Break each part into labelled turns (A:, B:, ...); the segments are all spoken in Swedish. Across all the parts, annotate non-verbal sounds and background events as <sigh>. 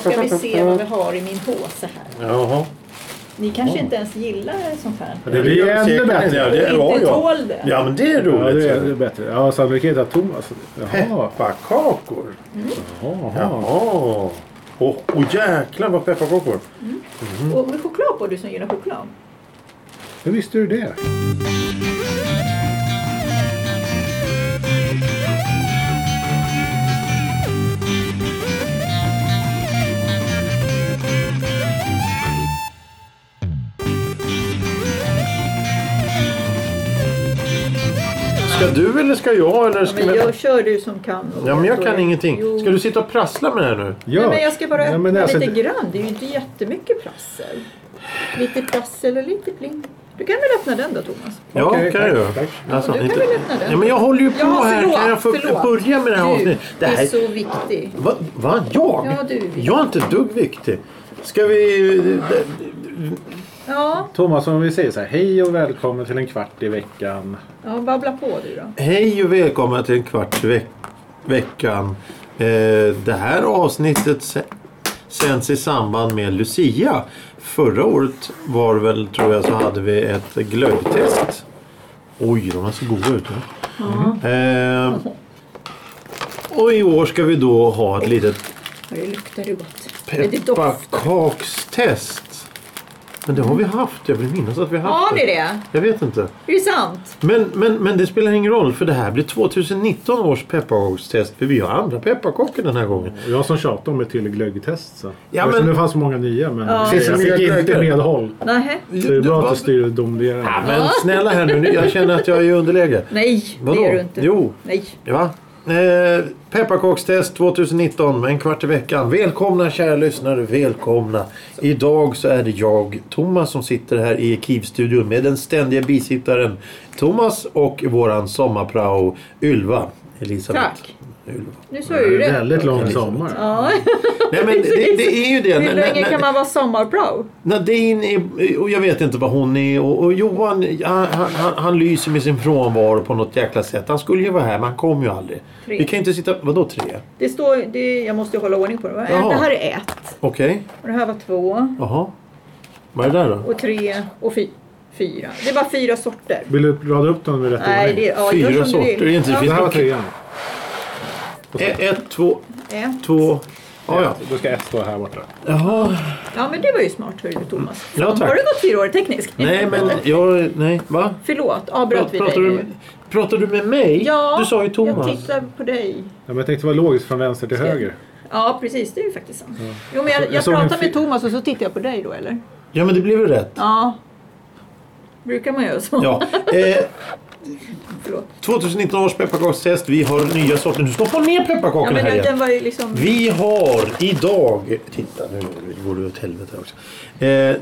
A: ska vi se vad vi har i min påse här.
B: Jaha.
A: Ni kanske inte ens gillar sånt här.
B: Ja, Det blir
C: Ännu
B: säkert-
C: bättre.
B: Ja, det
A: Inte
B: var jag.
A: tål det.
B: Ja, men det
C: Ja,
B: är roligt.
C: det är det är bättre. Ja, sannolikheten att Thomas... Jaha.
B: Pepparkakor.
C: Jaha.
B: Jaha. Åh, åh, jäklar vad pepparkakor.
A: Och med choklad på, du som gillar choklad.
C: Hur visste du det?
B: Ska du eller ska jag? Eller
A: Ja,
B: ska
A: men
B: vi-
A: jag kör du som kan. och-
B: Ja, men jag
A: då-
B: kan ingenting.
A: Jo.
B: Ska du sitta och prassla med det här nu?
C: Ja.
A: Nej, men jag ska bara
C: Ja,
A: öppna
C: men alltså,
A: lite grann. Det är ju inte jättemycket prassel. Lite prassel och lite pling. Du kan väl öppna den då, Thomas?
B: Ja,
C: Okej,
B: kan jag
C: tack,
B: göra.
C: tack.
B: Alltså,
A: Ja, du kan väl öppna den.
B: Ja, men jag håller ju på
A: Ja,
B: här.
A: förlåt,
B: Kan jag få
A: förlåt.
B: börja med det här
A: Du
B: avsnittet? Det
A: är
B: här...
A: så viktig.
B: Va? Va? Jag?
A: Ja, du är viktig.
B: jag är inte ett dugg viktig. Ska vi...
A: Ja,
C: Thomas, om vi säger så här. Hej och välkommen till en kvart i veckan.
A: ja babbla på du då.
B: Hej och välkomna till en kvart i veck- veckan. Eh, det här avsnittet se- sänds i samband med Lucia. Förra året var väl, tror jag, så hade vi ett glöggtest. Oj, de är så goda ut. ja. Eh, och i år ska vi då ha ett litet
A: Ja, det luktar ju gott. Men Det doftar.
B: pepparkakstest. Men det har vi haft. Jag vill minnas att vi har haft
A: Har ni det?
B: Jag vet inte.
A: Är det sant?
B: Men, men, men det spelar ingen roll för det här blir 2019 års pepparkakstest för vi har andra pepparkakor den här gången.
C: Och jag som tjatar om ett till glöggtest. Så.
B: Ja,
C: Ja, men...
B: men-
C: Det fanns så många nya men
A: Ja.
B: Finns det
C: jag
B: nya
C: fick inte
B: glöggar?
C: medhåll.
A: Nej.
C: Så det är bra att du styr och
B: Ja,
C: domderar.
B: men snälla här nu, jag känner att jag är i underläge.
A: Nej,
B: Vadå?
A: det är du inte.
B: Jo.
A: Nej.
B: Ja. Eh, pepparkakstest 2019 med en kvart i veckan. Välkomna kära lyssnare, välkomna. Idag så är det jag, Thomas, som sitter här i Kivstudion med den ständiga bisittaren Thomas och våran sommarprao Ylva. Elisabeth.
A: Tack.
B: Ylva.
A: Nu sa jag ju
C: Det är
A: rätt.
C: väldigt lång sommar.
A: Ja.
B: Nej men
A: <laughs>
B: det, det är ju det.
A: Hur
B: När-
A: länge
B: när-
A: kan man vara sommarbra?
B: Nadine är, och jag vet inte vad hon är och, och Johan han, han, han- han lyser med sin frånvaro på något jäkla sätt. Han skulle ju vara här men han kom ju aldrig.
A: Tre.
B: Vi kan ju inte sitta... Vadå tre?
A: Det står, det, jag måste ju hålla ordning på det.
B: Jaha.
A: Det här är ett.
B: Okej.
A: Och det här var två.
B: Jaha. Vad är det där då?
A: Och tre. Och fy, fyra. Det var fyra sorter.
C: Vill du rada upp dem i rätt
A: Nej, det,
C: ordning?
A: ja,
B: Fyra
A: gör som du vill.
B: sorter, det är inte- det
C: Det
B: finns-
C: här var trean.
B: E- ett, två,
A: Ja, ja.
B: två... Ja, ja.
C: Då ska ett stå här borta.
B: Jaha.
A: ja, men det var ju smart hörru Thomas.
B: Ja, tack.
A: Har du gått fyra år i teknisk?
B: Nej men jag... Nej. Va?
A: Förlåt, avbröt vi dig
B: pratar, du,
A: nu?
B: pratar du med mig?
A: Ja,
B: Du sa ju
A: jag
B: Thomas.
A: tittar på dig.
C: Ja, men jag tänkte vara logiskt från vänster till höger.
A: Ja, precis. Det är ju faktiskt sant. Jo,
C: Jag-
A: men jag,
C: jag
A: jag
C: såg en
A: pratar med
C: fi-
A: Thomas och så tittar jag på dig då, eller?
B: Ja men det blev ju rätt.
A: Ja. Brukar man göra så?
B: Ja. Eh,
A: Förlåt.
B: 2019 års pepparkakstest. Vi har nya sorter. Du ska få ner
A: Ja,
B: pepparkakorna
A: men
B: här
A: den,
B: igen.
A: den var ju liksom...
B: Vi har idag... Titta nu går det åt helvete också. Eh,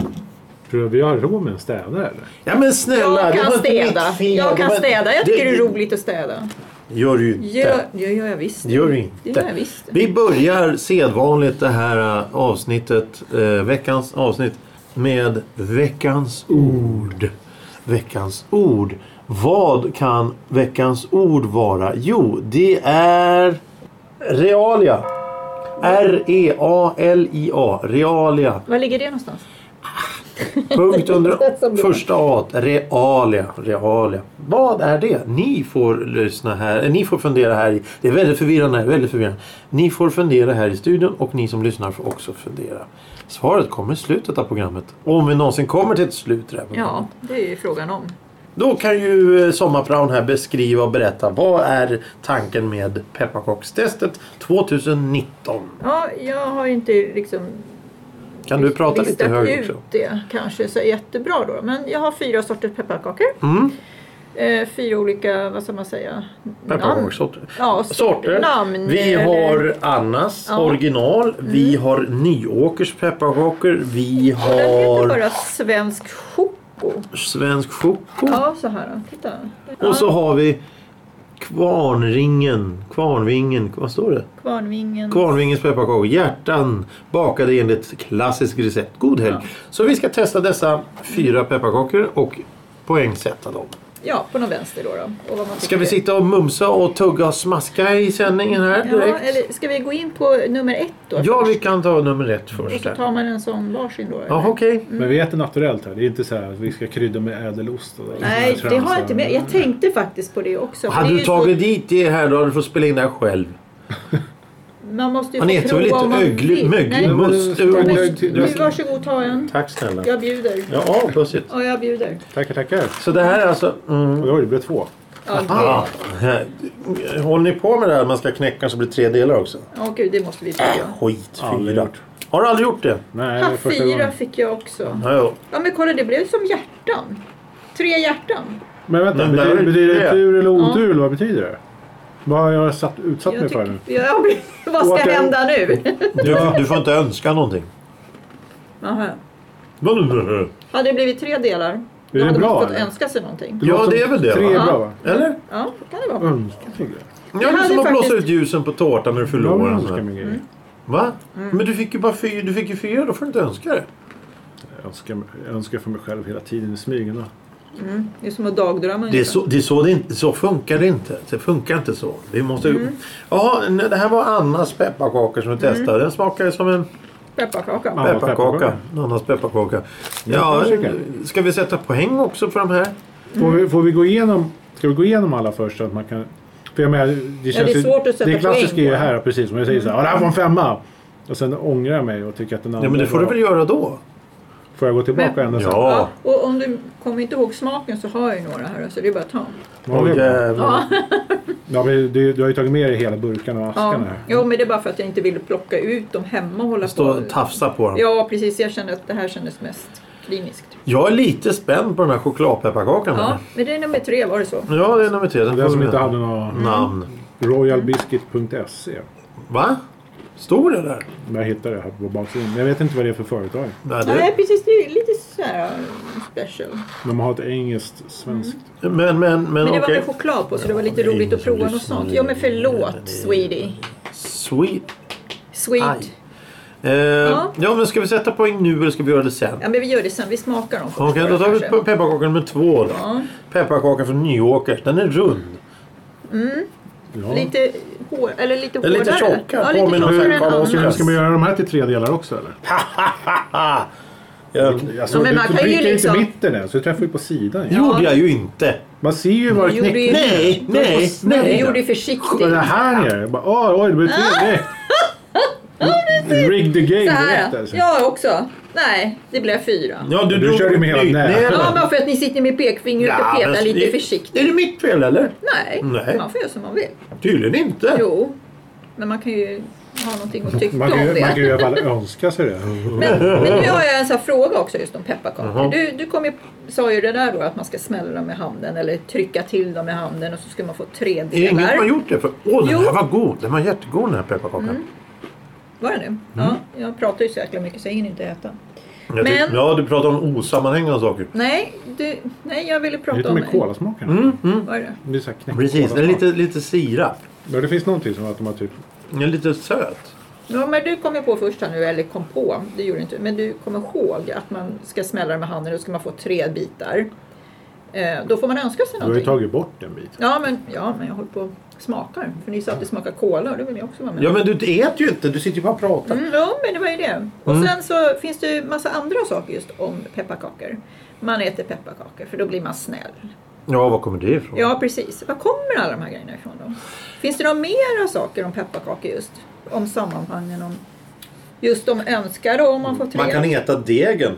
C: Tror du vi har råd med en städare eller?
B: ja men snälla.
A: Jag
B: det var
A: kan
B: <laughs> inte
A: städa.
B: mitt fel.
A: Jag kan
B: Det var-
A: städa. Jag tycker det är
B: det-
A: roligt att städa.
B: Gör du inte.
A: Gör, det gör jag visst.
B: Det gör du
A: Det
B: inte.
A: gör jag visst.
B: Vi börjar sedvanligt det här eh, avsnittet, eh, veckans avsnitt, med veckans ord. Veckans ord. Vad kan veckans ord vara? Jo, det är realia. E R-E-A-L-I-A. Realia.
A: Var ligger det någonstans?
B: Punkt
A: Som
B: under
A: bra.
B: första A. Realia. Realia. Vad är det? Ni får lyssna här. eh, Ni får fundera här. i- Det är väldigt förvirrande. Väldigt förvirrande. Ni får fundera här i studion och ni som lyssnar får också fundera. Svaret kommer i slutet av programmet. Om vi någonsin kommer till ett slut. i det här programmet.
A: Ja, det är ju frågan om.
B: Då kan ju eh, Sommarpraon här beskriva och berätta. Vad är tanken med pepparkakstestet 2019?
A: Ja, jag har ju inte liksom
B: Kan du prata lite
A: listat
B: högre
A: ut
B: också?
A: det kanske så jättebra då. Men jag har fyra sorters pepparkakor.
B: Mm.
A: Eh, fyra olika, vad ska man säga? namn.
B: Pepparkakssorter.
A: Ja, sorter.
B: sorter.
A: Namn. eh,
B: Vi
A: eller-
B: har Annas
A: Ja. Mm.
B: original. Vi har Nyåkers pepparkakor. Vi
A: Den heter
B: har
A: bara svensk choko.
B: Svensk Choco.
A: Ja, så här. då. Titta.
B: Oh. Och så har vi Kvarnringen. Kvarnvingen. Vad står det?
A: Kvarnvingen.
B: Kvarnvingens pepparkakor. Hjärtan bakade enligt klassisk recept. God helg. Så vi ska testa dessa fyra pepparkakor och poängsätta dem.
A: Ja, på någon vänster då. då och vad man
B: Ska
A: tycker.
B: vi sitta och mumsa och tugga och smaska i sändningen här
A: Ja,
B: direkt?
A: eller ska vi gå in på nummer ett då?
B: Ja,
A: först?
B: vi kan ta nummer ett
A: Och
B: först.
A: så
B: där.
A: tar man en sån varsin då.
B: Ja,
A: eller?
B: okej.
C: Men vi äter naturellt här. Det är inte så här att vi ska krydda med ädelost. Och
A: Nej,
C: sådana
A: det
C: här
A: har jag inte med. Jag
C: transar.
A: tänkte faktiskt på det också. för
B: Hade
A: det är
B: du
A: ju
B: tagit
A: så,
B: dit det här då hade du fått spela in det här själv.
A: Man måste ju
B: Han
A: få
B: äter
A: prova
B: väl
A: om man
B: inte öglig,
A: vill. Nej,
B: möglig
A: men-
B: must?
C: men-
B: och-
C: öglig-
A: Du, varsågod, ta en.
B: Tack snälla.
A: Jag bjuder.
B: Ja, plötsligt.
A: Ja, jag bjuder.
C: Tackar, tackar.
B: Så det här är alltså... Mm,
C: Oj, det blev två.
A: Ja,
B: ah,
A: gud.
B: här. Håller ni på med det här man ska knäcka så blir det tre delar också?
A: Åh, gud, det måste vi prova.
B: Skit,
C: Aldrig
B: fyra.
C: gjort.
B: Har du aldrig gjort det?
C: Nej, det
A: Ha,
C: var första gången.
A: fyra fick jag också.
B: Ja, ja.
A: Ja, men kolla, det blev som hjärtan. Tre hjärtan.
C: Men vänta,
B: Men där är
C: betyder,
B: det
C: betyder det
B: tre.
C: tur eller otur? eller Vad betyder det? Vad har jag satt, utsatt mig
A: Jag
C: för nu?
A: tycker, ja, men <laughs> vad ska
C: Åka-
A: hända nu?
C: <laughs>
B: Du, du får inte önska någonting.
A: Jaha.
B: Ja,
A: Hade det blivit tre delar, då
C: det
A: hade
C: bra,
A: man fått
C: eller?
A: önska sig någonting.
C: låter
B: det är väl det
C: Alltså, Tre
B: va?
C: är bra va?
B: Eller?
A: Ja, det kan det vara.
C: Önska tycker jag.
B: Ja, men
A: hade
B: som att blåsa
A: faktiskt-
B: ut ljusen på tårtan när du
C: Jag
B: förlorar.
C: önskar
B: och sådär.
C: mig grejer.
A: Mm.
B: Va? Men du fick ju bara fyra, du fick ju fyra, då får du inte önska det.
C: Jag önskar, jag önskar för mig själv hela tiden i smygen. då.
A: Mm. Det är som att dagdrömma.
B: Det är
A: ungefär.
B: så, det är så, det inte, så funkar det inte. Det funkar inte så. Vi måste... Jaha, nej, det här var Annas pepparkakor som vi testade. Den smakar som en
A: Pepparkaka.
C: Ja.
B: pepparkaka.
C: pepparkaka.
B: Annas pepparkaka.
C: Ja,
B: Ja,
C: kanske.
B: ska vi sätta poäng också för de här?
C: Får, vi, får vi gå igenom, ska vi gå igenom alla först? Så att man kan, för jag menar, det, känns
A: det är
C: ju-
A: svårt att sätta
C: Det klassiska är
A: poäng
C: ju
A: på. Mm.
C: här, precis som jag säger så här, "Ja, det här var en femma. Och sen ångrar jag mig och tycker att den andra
B: Ja, men det får du
C: var-
B: väl göra då?
C: Får jag gå tillbaka ända sen?
A: Ja, och om du kommer inte ihåg smaken så har jag ju några här så det är bara att ta.
C: Ja,
B: Åh
C: det är bra.
B: jävlar.
C: ja, men du, du har ju tagit med dig hela burkarna och
A: Ja.
C: askarna här.
A: Jo men det är bara för att jag inte ville plocka ut dem hemma och hålla
B: Stå
A: på.
B: och tafsa på dem.
A: Ja precis, jag kände att det här kändes mest kliniskt.
B: Jag är lite spänd på den här chokladpepparkakan.
A: Ja,
B: här.
A: men det är nummer tre, var det så?
B: ja, det är nummer tre. Den får
C: Den som
B: vi
C: inte
B: veta.
C: hade någon
B: namn.
C: royalbiscuit.se.
B: Va? Står det där?
C: E. Men Jag hittade det här på baksidan. Jag vet inte vad det är för företag.
B: Nej,
A: Nej
B: det...
A: precis, det är lite så här äh, special.
C: De har ett engelskt, svenskt.
B: Men, men, men
A: Men det
B: okej.
A: var med choklad på så det var lite
B: Ja,
A: roligt att prova något
B: lyssna
A: sånt.
B: nu.
A: Ja men förlåt Sweetie.
B: Sweet.
A: Sweet.
B: Aj. Eh, ja. men ska vi sätta poäng nu eller ska vi göra det sen?
A: Ja men vi gör det sen, vi smakar dem först.
B: Okej,
A: bara,
B: då tar vi
A: kanske.
B: pe- pepparkaka nummer två då.
A: Ja,
B: Pepparkaka från Nyåker. Den är rund.
C: Ja.
A: Mm. lite hår, eller lite
B: är
A: hårdare.
B: lite tjocka,
A: Ja, lite
B: påminner om
A: tjockare än
B: Karl
A: andra.
B: Oskar.
C: Men Ska man göra de här till tre delar också
A: <laughs>
C: eller?
B: Haha! Jag
C: Alltså,
A: Ja, men
C: du
A: man kan ju
C: trycker inte
A: liksom-
C: mitten än, så du träffar ju på sidan. ju.
B: gjorde jag ju inte.
C: Man ser ju var det
A: gjorde ju-
C: knäcker.
B: Nej, nej,
A: Du gjorde
B: nej.
A: det
C: Vad är det
A: försiktigt.
C: här nere? Bara, Åh, oj, det blir tre
A: <laughs>
C: direkt. Rig the
A: Så
C: game direkt
A: här.
C: alltså.
A: Jag också. Nej, det blev fyra.
B: Ja, du,
C: Du
B: drog
C: körde ju med hela
B: knytnäven.
C: näven.
A: Ja, bara för att ni sitter med pekfingret och
B: Ja,
A: petar
B: men
A: lite
B: det-
A: försiktigt.
B: Är det mitt fel eller?
A: Nej,
B: Nej.
A: man får göra som man vill.
B: Tydligen inte.
A: Jo, men man kan ju ha någonting att tycka
C: Man
A: om
C: kan, ju, man kan ju
A: det.
C: i alla fall önska sig det. <laughs>
A: Men, men nu har jag en sån här fråga också just om pepparkakor.
B: Jaha.
A: Du, du kom ju, sa ju det där då att man ska smälla dem med handen eller trycka till dem med handen och så ska man få tre
B: Är det ingen som har
A: delar.
B: gjort det? För, åh, den
A: Jo. Mm.
B: här var god. Den var jättegod den här pepparkakan.
A: Var det nu?
C: Mm.
A: Ja, jag pratar ju så jäkla mycket så jag hinner inte äta.
B: Jag tyck-
A: Men-
B: Ja, du pratar om osammanhängande saker.
A: Nej, du, nej jag ville
C: Det är
A: prata
C: lite
A: om...
C: med kolasmaken.
A: Vad är det?
C: Det är så här knäckt
B: Mm. Precis, den är
C: kolasmak.
B: lite, lite sirap.
C: Ja, det finns någonting som att de har typ...
B: Den är lite söt.
A: Ja, men du kom ju på först här nu, eller kom på, det gjorde du inte, men du kommer ihåg att man ska smälla det med handen och då ska man få tre bitar. Eh, då får man önska sig
C: Du har ju
A: någonting.
C: tagit bort en bit.
A: Ja, men, ja, men jag håller på och smakar. För ni sa att det smakar cola och det vill jag också vara med
B: Ja, men du äter ju inte. Du sitter ju bara och pratar.
A: Mm, ja, men det var ju det. Och
B: Mm.
A: sen så finns det ju massa andra saker just om pepparkakor. Man äter pepparkakor för då blir man snäll.
B: Ja, var kommer det ifrån?
A: Ja, precis. Var kommer alla de här grejerna ifrån då? Finns det några mera saker om pepparkakor just? Om sammanhangen, om just om önskar då, om man får tre?
B: Man kan äta degen.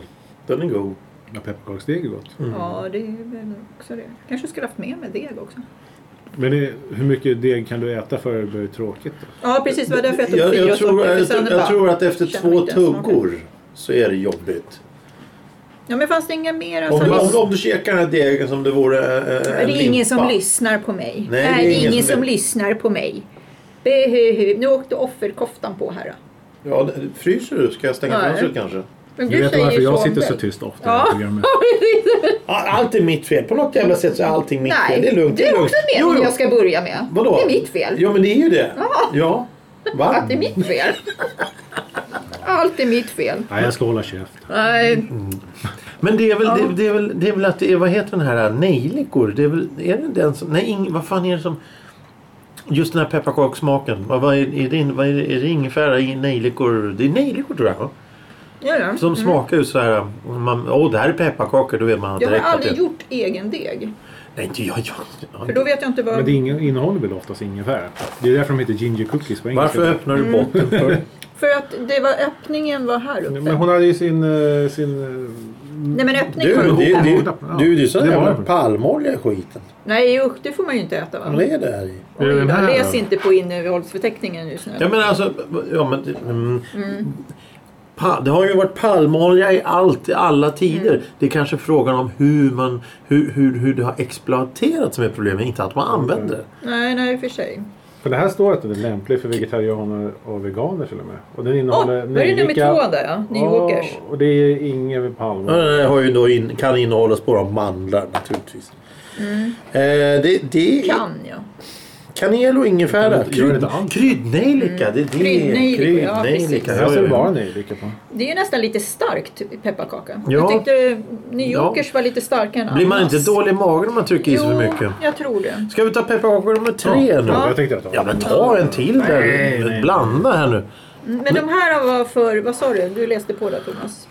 B: Den är god.
C: Ja, pepparkaksdeg är gott.
A: Ja, det är väl också det. Kanske skulle haft med mig deg också.
C: Men det, hur mycket deg kan du äta för att det blir tråkigt? Då?
A: Ja, precis. Det var därför jag tog
B: Jag,
A: fyra
B: jag, tror,
A: saker. för
B: jag,
A: sen bara-
B: tror- jag tror att efter
A: känner
B: två
A: inte ens smaken.
B: tuggor så är det jobbigt.
A: Ja, men fanns det inga mera
B: Om
A: som...
B: du,
A: lys-
B: om, om du käkar den här degen som det vore eh, eh,
A: Det
B: en
A: är ingen som
B: limpa.
A: lyssnar på mig.
B: Nej,
A: det är, ingen, som, lyssnar på mig. Behuhu. Nu åkte offerkoftan på här då.
B: Ja, det- fryser du? Ska jag stänga
A: Nej.
B: fönstret kanske?
A: Men
C: Du vet
A: säger
C: varför jag
A: så
C: sitter
A: väl.
C: så tyst ofta i det
A: Ja,
C: här
A: <laughs>
C: programmet.
B: Ja, Allt är mitt fel. På något jävla sätt så är allting mitt
A: nej.
B: fel. Det är lugnt.
A: Det är
B: lugnt.
A: också en
B: Jo,
A: mening
B: jo.
A: jag ska börja med.
B: Vadå?
A: Det är mitt fel.
B: Ja, men det är ju det. Ja. Va?
A: Att det är mitt fel. Allt är mitt fel.
C: Nej, jag ska hålla käft.
A: Nej,
B: Men det är väl,
A: Ja.
B: det, det är väl, det är väl att det är, vad heter den här, nejlikor? Det är väl, är det den som, nej, ing, vad fan är det som, just den här pepparkakssmaken. Vad, vad är, är, det, in- vad är, det, är det ingefära, i nejlikor? Det är nejlikor tror jag. va?
A: Ja, ja.
B: Som smakar ju så här, man, åh det här är pepparkakor, då vet man
A: Jag har
B: direkt att
A: aldrig
B: det
A: gjort egen deg.
B: Nej, inte jag. jag, jag
A: För då vet jag inte
C: Men
A: vad...
C: det är ingen, innehåller väl oftast ingefära? Det är därför de heter ginger cookies på engelska.
B: Varför öppnar du botten för?
A: För att det var, öppningen var här uppe.
C: Nej, Men hon hade ju sin... eh, sin eh,
A: Nej men
B: Du,
A: öppningen var
B: det,
A: uppe.
B: det,
A: här.
B: det, du, det är sån
C: Det var
B: jävla
C: det.
B: palmolja i skiten.
A: Nej usch, det får man ju inte äta va?
B: Vad är det här i?
A: Oj,
C: Är det den
A: jag
C: här
A: läs
C: då?
A: inte på innehållsförteckningen just nu.
B: Ja men alltså, ja men... Mm, Pa, det har ju varit palmolja i allt, i alla tider.
A: Mm.
B: Det är kanske frågan om hur, man, hur, hur, hur det har exploaterats som är problemet, inte att man
A: Mm.
B: använder det.
A: Nej, nej i och för sig.
C: För det här står att den är lämplig för vegetarianer och veganer till och med. Och den
A: Åh,
C: innehåller
A: då är det nummer två där ja. New Yorkers.
C: Ja, och det är ingen palm.
B: Ja, Det har ju då in, kan innehålla spår av mandlar naturligtvis. Eh, det, det är
A: Mm. Kan ja.
B: kanel och ingefära.
C: Gör det inte
B: Krydd,
C: allt.
B: kryddnejlika. Det är det.
A: Kryddnejlika, ja, precis.
B: Kryddnejlika,
C: Det här ser
B: ja,
C: det
B: ja.
C: bara nejlika på.
A: Det är ju nästan lite starkt pepparkaka.
B: Ja.
A: Jag tyckte New Yorkers var lite starkare än
B: Blir man
A: annars.
B: inte dålig i magen om man trycker i sig för mycket?
A: Jo, jag tror det.
B: Ska vi ta pepparkakor nummer tre nu?
A: Ja.
C: Jag tänkte jag tar.
B: Ja men ta en till där.
C: Nej, nej.
B: Blanda här nu.
A: Men de här var för, vad sa du? Du läste på där Thomas.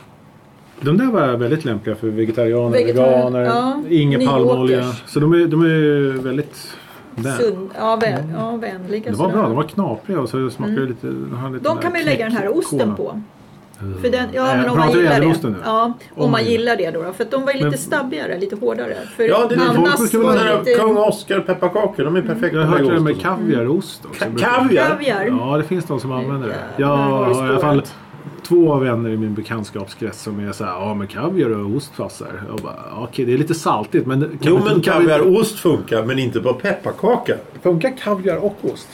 C: De där var väldigt lämpliga för vegetarianer,
A: Vegetarian-
C: veganer,
A: ja,
C: ingen
A: New
C: palmolja.
A: Yorkers.
C: Så de är, de är väldigt... Där.
A: Sund, ja, vä, ja, vänliga.
C: Det var
A: sådär. Mm.
C: bra, de var knapriga och så smakade det lite... De, har lite
A: De kan man ju lägga den här osten på. För den, ja,
C: Eh,
A: men om
C: pratar
A: man
C: vi
A: gillar det.
C: ädelosten nu?
A: Ja, om
C: Om
A: man
C: vi-
A: gillar det då. då. För att de var ju lite
C: Men-
A: stabbigare, lite hårdare. För
B: Ja, det är folk
A: annars
B: brukar
A: var
B: väl
A: det
B: ha
A: lite...
B: Kung Oscar pepparkakor. De är perfekta
C: Mm. Jag har hört det där
B: ost och
C: med
B: så.
C: kaviar och ost också.
B: Ka- kaviar?
A: Kaviar.
C: Ja, det finns de som använder det. Jag
A: Jävlar, har du
C: har i alla fall
A: spårat.
C: två vänner i min bekantskapskrets som är så här, ja men kaviar och ost passar. Jag bara, "Ja, okej det är lite saltigt men... Kan
B: Jo
C: vi-
B: men
C: kan vi-
B: kaviarost funkar men inte på pepparkaka.
C: Funkar kaviar och ost?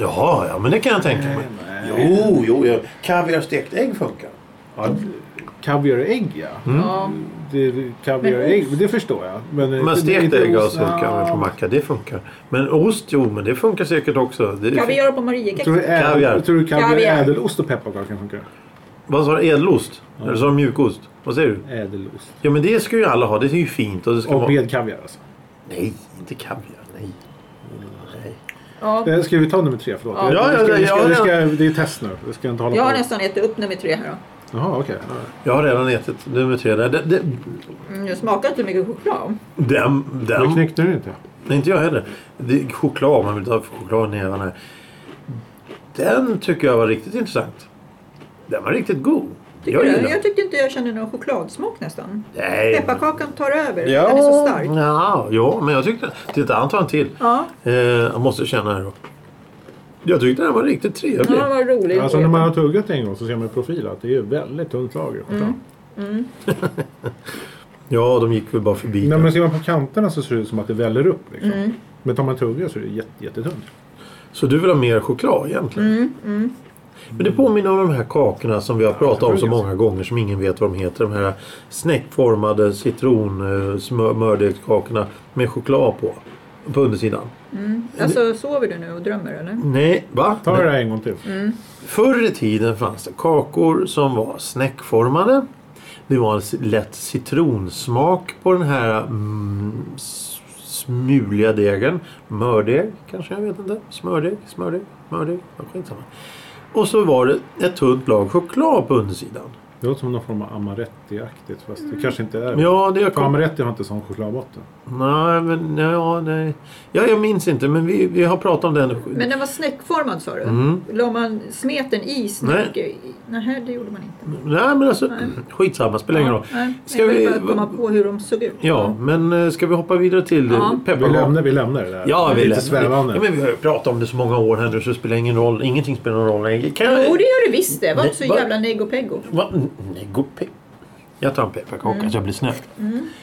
B: Jaha, ja men det kan jag tänka mig. Jo, jo, ja. kaviar stekt ägg funkar.
C: Ja, kaviar och ägg ja.
A: Ja.
C: Mm. Det, det- kaviar och ägg, det förstår jag. Men,
B: Men
C: inte-
B: stekt
C: inte
B: ägg
C: ost,
B: alltså
C: ja.
B: kan man på macka, det funkar. Men ost, jo men det funkar säkert också. Det,
A: Kaviar på Mariekex.
C: Tror du, ädel,
B: Kaviar.
C: tror du kaviar,
A: Kaviar.
C: ädelost och pepparkakor kan funka?
B: Vad sa du? Ädelost? Eller sa du mjukost? Vad säger du?
C: Ädelost.
B: Ja men det ska ju alla ha. Det är ju fint. Och det ska
C: Och
B: vara...
C: med kaviar alltså.
B: Nej, inte kaviar. Nej. Nej.
A: Ja.
C: Eh, Ska vi ta nummer tre? Förlåt.
A: Ja.
B: Ja, ja,
C: vi ska,
B: ja,
C: vi ska, vi
B: ja, ja.
C: ska, det är test nu. Vi ska inte hålla
A: Jag har
C: på.
A: nästan ätit upp nummer tre här då.
C: Jaha, okej. Ja.
B: Jag har redan ätit nummer tre. Där. Den, den,
A: Mm, jag smakar inte mycket choklad.
B: den,
C: Men
B: den,
C: knäckte du inte?
B: nej, inte jag heller. Det är choklad, man vill ta choklad i nävarna. här. Den tycker jag var riktigt intressant. Den var riktigt god.
A: Tycker
B: Jag
A: du?
B: gillar
A: jag
B: den.
A: tyckte inte jag kände någon chokladsmak nästan.
B: Nej.
A: Pepparkakan tar över. för
B: Ja,
A: Den är så stark.
B: Ja, ja, men jag tyckte... Titta, han tar en till.
A: Ja,
B: Eh, jag måste känna här då. Jag tyckte den var riktigt
A: ja
B: trevlig.
A: den var rolig.
C: Alltså när man har tuggat en gång så ser man i profil att det är väldigt tunt lager. Mm.
B: Ja, de gick väl bara förbi.
C: När
B: där.
C: man ser man på kanterna så ser det ut som att det väller upp. Liksom.
A: Mm.
C: Men tar man tugga så är det jätte, jättetunt.
B: Så du vill ha mer choklad egentligen? Men det påminner om de här kakorna som vi har pratat om så
C: jag tror
B: många gånger som ingen vet vad de heter. De här snäckformade citronsmördegskakorna med choklad på. På undersidan.
A: Alltså sover du nu och drömmer eller?
B: Nej, va?
C: Ta
B: Nej.
C: det här en gång till.
A: Mm.
B: Förr i tiden fanns det kakor som var snäckformade. Det var en ci- lätt citronsmak på den här mm, s- smuliga degen. Mördeg kanske, jag vet inte. Smördeg, smördeg, smördeg. Ja, skitsamma. Och så var det ett tunt lag choklad på undersidan.
C: Det låter som någon form av amaretti-aktigt fast
A: Mm.
C: det kanske inte är det.
B: Ja, det jag
C: För
B: kom...
C: amaretti har inte sån chokladbotten.
B: Nej, men nej, ja, nej. Ja, jag minns inte, men vi, vi har pratat om den.
A: Men den var snäckformad sa du?
B: Mm.
A: La man smeten i snäck? Nej, det gjorde man inte.
B: Nej, men alltså skitsamma, spelar ingen roll.
A: Nej,
B: Ska
A: jag vill
B: vi-
A: bara komma på hur de såg ut.
B: Ja, men eh, ska vi hoppa vidare till eh,
A: Ja.
C: Vi
B: pepparkakor?
C: lämnar, vi lämnar det där.
B: Ja,
C: det
B: vi
C: är
B: lär-
C: lite svävande.
B: Ja, men vi har ju pratat om det så många år här nu så det spelar ingen roll. Ingenting spelar någon roll längre. Kan jag...
A: Jo, det gör det visst det. Var inte så
B: Nej, va?
A: jävla negopeggo.
B: Va? Nej, gå pe... Jag tar en pepparkaka så jag blir snäll.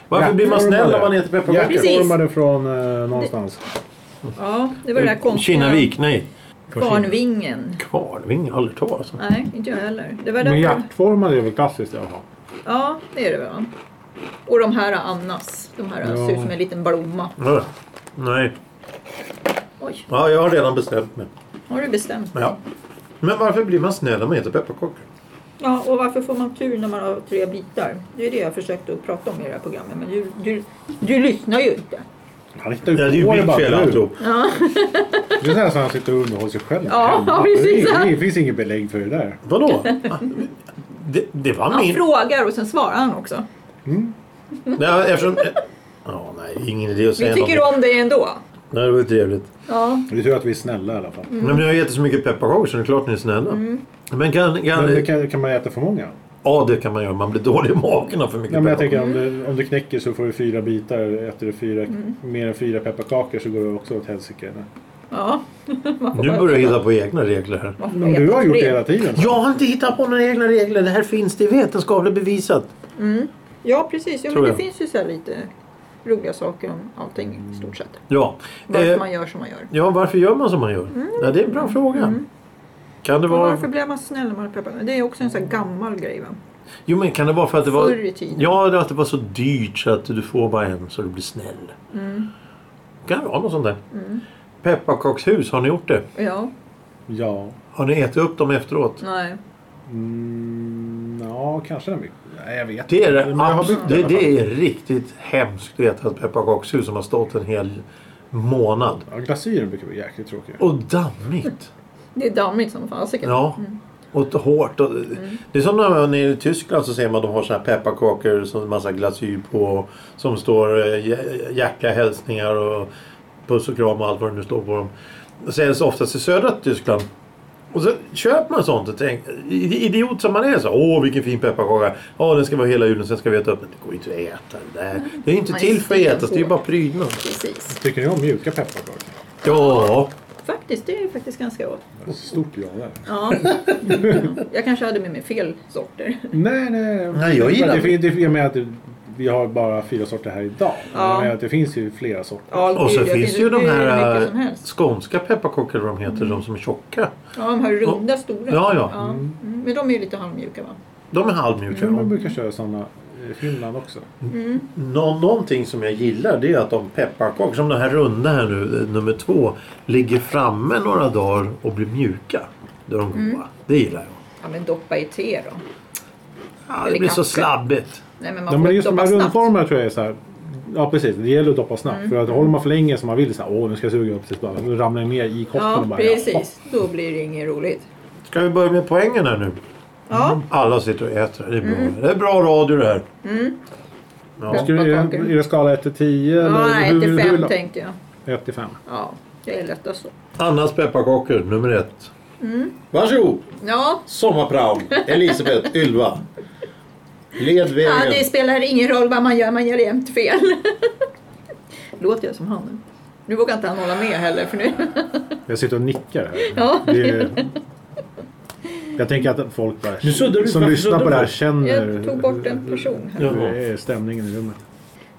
B: Varför
C: Ja,
B: blir man
C: formade.
B: snäll när man äter pepparkakor?
A: Mm. Precis.
C: Hjärtformade från eh, någonstans.
A: Ja, det var det där konstiga.
B: Kinnavik, nej.
A: Kvarnvingen.
B: Kvarnving, aldrig talas alltså.
A: Nej, inte jag heller. Det var
C: Men
A: därför...
C: hjärtformade är väl klassiskt i alla fall.
A: Ja, det är det väl. Och de här annas. De här
C: Ja.
A: ser ut som en liten blomma.
B: Ja. Nej,
A: Oj,
B: ja, jag har redan bestämt mig.
A: har du bestämt?
B: Ja. Men varför blir man snäll när man äter pepparkakor?
A: Ja, och varför får man tur när man har tre bitar? Det är det jag försökte att prata om i det här programmet, men du, du, du lyssnar ju inte.
C: Han hittar
B: Ja, det är ju
C: på det
B: mitt
C: bara
B: fel
C: nu.
B: alltihop.
C: Det är nästan så han sitter och underhåller sig själv.
A: Ja,
C: hemma.
A: precis.
C: Det, är- det finns inget belägg för det där.
A: <laughs>
B: Vadå? Ah, Det, det var
A: Han
B: min...
A: frågar och sen svarar han också.
B: Nej, eftersom... Ja, nej, ingen idé att
A: Vi
B: säga
A: tycker
B: något.
A: om dig ändå.
B: Nej, det var ju trevligt.
A: Ja,
C: Det är tur att vi är snälla i alla fall.
A: Mm.
B: Men ni har gett er så mycket pepparkakor så det är klart ni är snälla. Men kan... kan,
C: Men det kan, kan man äta för många?
B: Ja, det kan man göra. Man blir dålig i magen av för mycket
C: Ja, men jag
B: pepparkakor.
C: tänker om du, om du knäcker så får du fyra bitar. Äter du fyra,
A: Mm.
C: mer än fyra pepparkakor så går det också åt helsike.
A: ja. Man får
B: Nu
A: bara-
B: börjar jag hitta på egna regler här.
A: man får
C: Men
A: äta
C: du har gjort det
A: tre.
C: hela tiden.
B: Jag har inte hittat på några egna regler. Det här finns, det är vetenskapligt bevisat.
A: Ja, precis. Jo, men
B: Tror
A: det
B: jag.
A: finns ju så här lite roliga saker om allting i stort sett.
B: Ja.
A: Varför
B: eh,
A: man gör som man gör.
B: Ja, varför gör man som man gör? Ja, det är en bra fråga. Kan det
A: Och
B: vara...
A: Mm. varför blir man snäll när man är peppad? Det är också en sån här gammal grej va?
B: Jo, men kan det vara för att det
A: Förr
B: var...
A: i tiden.
B: Ja, det- att det var så dyrt så att du får bara en så du blir snäll.
A: Mm.
B: Kan det vara något sånt där? Pepparkakshus, har ni gjort det?
A: Ja,
C: Ja.
B: Har ni ätit upp dem efteråt?
A: nej.
C: Mm, ja, kanske den blir... Nej, jag vet
B: Det är,
C: Men
B: det,
C: jag har
B: abs-
C: byggt det i
B: det,
C: alla fall.
B: det är riktigt hemskt att äta ett pepparkakshus som har stått en hel månad.
C: Ja, glasyren brukar vara jäkligt tråkig.
B: Och dammigt.
A: Det är dammigt som fasiken.
B: Ja. Och hårt. Och,
A: Mm.
B: Det är som när man är i Tyskland så ser man att de har såna här pepparkakor som en massa glasyr på. Som står eh, hj- hjärtliga hälsningar och puss och kram och allt vad det nu står på dem. Det säljs oftast i södra Tyskland. Och så köper man sånt och tänker, i- idiot som man är så, åh vilken fin pepparkaka. Ja den ska vara hela julen, sen ska vi äta upp den. Det går ju inte att äta det där.
A: Mm.
B: Det är inte
A: Nej,
B: till för att ätas, det är ju
A: stenhårt.
B: bara prydnad.
A: Precis.
C: Tycker ni om mjuka pepparkakor?
B: Ja,
A: Faktiskt, det är ju faktiskt ganska gott.
C: Det är ett Stort ja där.
A: Ja. <laughs> Jag kanske hade med mig fel sorter.
C: Nej, nej.
B: Nej, jag gillar
C: det. fin- det. Jag menar att det- vi har bara fyra sorter här idag. Men
A: Ja.
C: Jag menar att det finns ju flera sorter.
A: Ja,
B: och så
A: gud, jag
B: finns ju de
A: hur
B: här
A: mycket som
B: eh,
A: helst. Mm.
B: skånska pepparkakorna, vad de heter, de som är tjocka.
A: Ja, de här runda stora.
B: Ja, ja.
A: Mm. Men de är ju lite halvmjuka va?
B: De är halvmjuka.
C: Ja.
A: Mm.
C: Man brukar köra sådana i Finland också.
B: Nå- någonting som jag gillar det är att de pepparkakor, som den här runda här nu, eh, nummer två, ligger framme några dagar och blir mjuka. Då är de goda.
A: Mm.
B: Det gillar jag.
A: Ja, men doppa i te då.
B: Ja, det
A: Eller
B: blir så
A: kaffe.
B: slabbigt.
A: Nej, men man
C: Ja,
A: får
C: men just de
A: doppa
C: här
A: snabbt. Mm.
C: rundformarna tror jag är så här. Ja precis, det gäller att doppa snabbt. För att håller man för länge som man vill så här, åh nu ska jag suga upp tills bara då ramlar det ner i koppen och
A: Ja,
C: bara jaha.
A: precis. Då blir det inget roligt.
B: Ska vi börja med poängen här nu?
A: Ja,
C: Mm.
B: Alla sitter och äter. Det är bra,
A: Mm.
B: det är bra radio det här.
C: Ska du, är, det- är det skala 1 till 10?
A: ja nej,
C: hur-
A: till
C: hur-
A: fem
C: hur-
A: tänkte jag.
C: ett till fem.
A: Ja, det är lättast så.
B: Annas pepparkakor, nummer ett.
A: Mm.
B: Varsågod!
A: Ja,
B: Sommarpraon,
A: <laughs>
B: Elisabeth, Ylva. Led
A: ja det spelar ingen roll vad man gör, man gör jämt fel. <laughs> Låter jag som han nu? Nu vågar inte han hålla med heller för nu.
C: Jag sitter och nickar här.
A: <laughs> Ja.
C: Det är, jag tänker att folk bara,
B: Nu suddar du,
C: som
B: varför
C: lyssnar
B: suddar
C: på det här
B: du?
C: känner
A: Jag tog bort en person här.
C: hur är stämningen i rummet.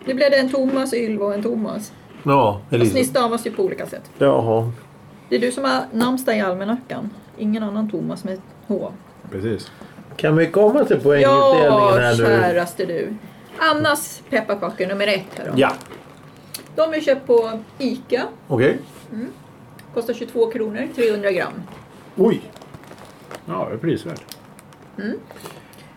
A: Nu blev det en Thomas, Ylva och en Thomas.
B: Ja,
A: Fast ni
B: Elisabeth.
A: stavas ju på olika sätt.
B: Jaha.
A: Det är du som har namnsdag i almanackan. Ingen annan Thomas med ett H.
C: Precis.
B: Kan vi komma till poängutdelningen
A: Ja,
B: här nu?
A: käraste du. Annas pepparkakor nummer ett här då.
B: Ja,
A: De är köpt på ICA.
B: okej.
A: Kostar 22 kronor, 300 gram.
B: Oj!
C: Ja, det är prisvärt.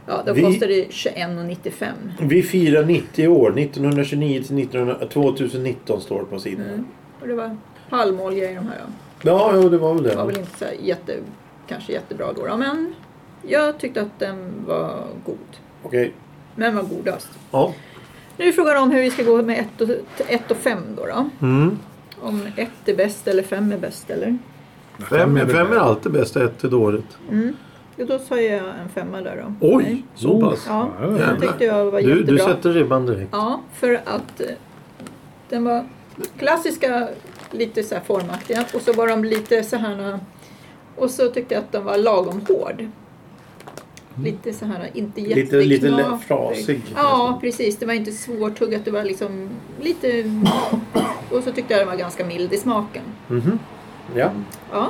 A: Ja, då
B: Vi-
A: kostar det 21,95.
B: Vi firar 90 år. 1929 till 1900 2019 står det på sidan.
A: Och det var palmolja i de här då.
B: Ja, jo, det var väl det.
A: Det var väl inte så här jätte, kanske jättebra då, då men jag tyckte att den var god.
B: Okej.
A: Men var godast.
B: Ja.
A: Nu är frågan om hur vi ska gå med 1 och, ett och 5 då, då.
B: Mm.
A: Om 1 är bäst eller 5 är bäst eller?
B: Fem, fem är alltid bäst, ett är dåligt.
A: Jo, då sa jag en femma där då. Nej.
B: Oj, så pass.
A: Ja,
C: Ja, det var
A: den
B: bra.
A: tyckte jag var
B: Du,
A: jättebra.
B: du sätter ribban direkt.
A: Ja, för att eh, den var klassiska, lite så här formaktiga och så var de lite så här och så tyckte jag att den var lagom hård. Lite så här, inte
B: Mm. Lite- lite
A: jätteknaprig.
B: lä- frasig.
A: Ja, precis. Det var inte svårtuggat. Det var liksom lite... Och så tyckte jag den var ganska mild i smaken.
B: Ja.
A: Ja.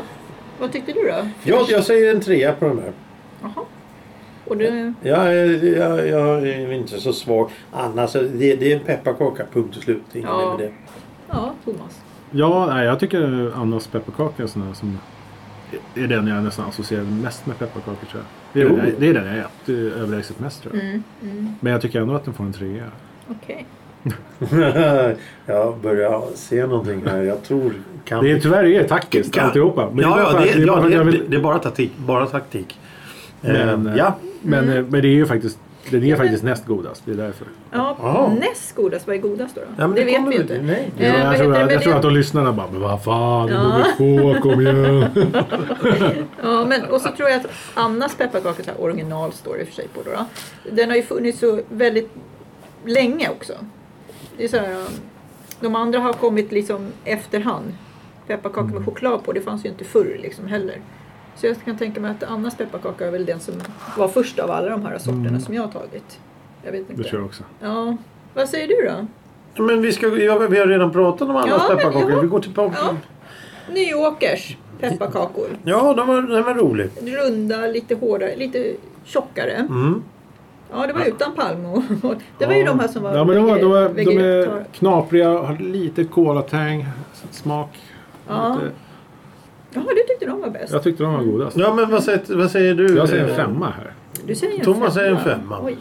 A: Vad tyckte du då?
B: Jag, jag säger en trea på den här.
A: Jaha. Och du...
B: Jag, är- jag, jag är inte så svag. Annars, det, det är en pepparkaka, punkt och slut. Ingen
A: Ja.
B: är med det. <laughs>
A: Ja, Thomas.
C: Ja, nej, jag tycker Annas pepparkaka är en sån här som är den jag nästan associerar mest med pepparkakor tror jag. Det
D: Jo.
C: är, den, jag- det är den jag ätit eh, överlägset mest tror jag.
A: Mm, mm,
C: Men jag tycker ändå att den får en trea.
A: Okej.
B: jag börjar se någonting här. Jag tror... Kan...
D: Det är tyvärr är taktiskt
B: kan-
D: alltihopa. Men
B: ja,
D: det är bara
B: ja,
D: för
B: det,
D: att- det är bara för att jag
B: ja, det, det,
D: vill-
B: det är bara taktik. Bara taktik.
C: Men,
B: eh,
C: eh,
B: ja.
C: Men,
A: Mm.
C: eh, men det är ju faktiskt, den är faktiskt näst godast. Det är därför.
A: Ja,
B: Ja.
A: näst godast, vad är godast då? då?
B: Ja, men
A: det
B: kommer
A: vet vi ju
B: vi-
A: inte. Eh,
B: Nej.
A: vad
C: jag,
A: heter
C: tror,
A: det?
C: jag,
A: Men
C: jag tror
A: det-
C: att de lyssnarna bara men vad fan,
A: Ja.
C: nummer två, kom igen.
A: <laughs> Ja, men, och så tror jag att Annas pepparkaka, så här, original står det i och för sig på då, då. Den har ju funnits så väldigt länge också. Det är så här, um, de andra har kommit liksom efterhand. Pepparkaka
C: Mm.
A: med choklad på, det fanns ju inte förr liksom heller. Så jag kan tänka mig att Annas pepparkaka är väl den som var först av alla de här sorterna som jag har tagit. Jag vet
C: Mm. Det
A: inte.
C: tror jag också.
A: Ja, vad säger du då?
B: Men vi, ska, ja, vi har redan pratat om alla
A: Ja, men
B: pepparkakor.
A: ja.
B: Vi går tillbaka.
A: Ja. New Yorkers pepparkakor.
B: Ja, den var, den var rolig.
A: Runda, lite hårdare, lite tjockare.
B: Mm.
A: Ja, det var utan palmo. Det var ju de här som var
C: Ja, men de, var- de, var- de
A: vegetar-
C: är knapriga, har lite kolatang smak.
A: Ja.
C: Lite-
A: Ja, du tyckte de var bäst.
C: Jag tyckte de var godast.
B: Ja, men vad säger, vad säger du?
C: Jag säger en
B: Eh,
C: femma här.
A: Du säger en
B: Thomas
A: femma.
B: säger en femma.
A: Oj.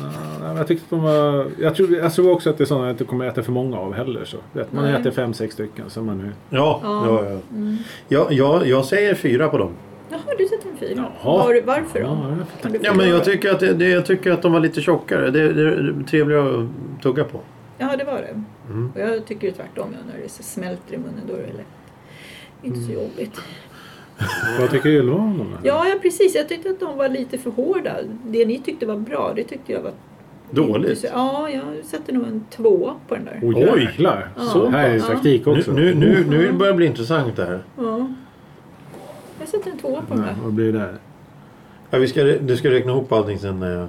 C: Ja, nej, men jag tyckte de var... Jag tror, jag tror också att det är sådana jag inte kommer äta för många av heller. Så. Vet, man
A: Nej.
C: äter fem, sex stycken. Så man är,
B: Ja,
A: Ja. Mm.
B: ja. ja. Ja, jag, jag säger fyra på dem.
A: Jaha, du sätter en fyra.
C: Jaha.
A: Var, varför då?
C: Ja, jag
A: Kan du
B: Ja, men jag
A: förklara?
B: tycker att, det, det, jag tycker att de var lite tjockare. Det, det, det är trevligare att tugga på.
A: Ja, det var det.
C: Mm.
A: Och jag tycker ju tvärtom. ja, När det så smälter i munnen då är det lätt. Inte
C: Mm.
A: så jobbigt.
C: vad tycker Ylva om dem? här?
A: Ja, ja, precis. Jag tyckte att de var lite för hårda. Det ni tyckte var bra, det tyckte jag var...
B: Dåligt.
A: Så, ja, jag sätter nog en två på den där.
C: Oj,
B: Oj.
C: jäklar!
A: Ja.
C: Så här är
A: Ja.
C: taktik
B: Nu,
C: också.
B: nu, nu, nu börjar det bli intressant det här.
A: Ja. Jag sätter en tvåa på den
C: Nej,
A: där.
C: vad blir det? där?
B: Ja, vi ska, re- du ska räkna ihop allting sen. eh.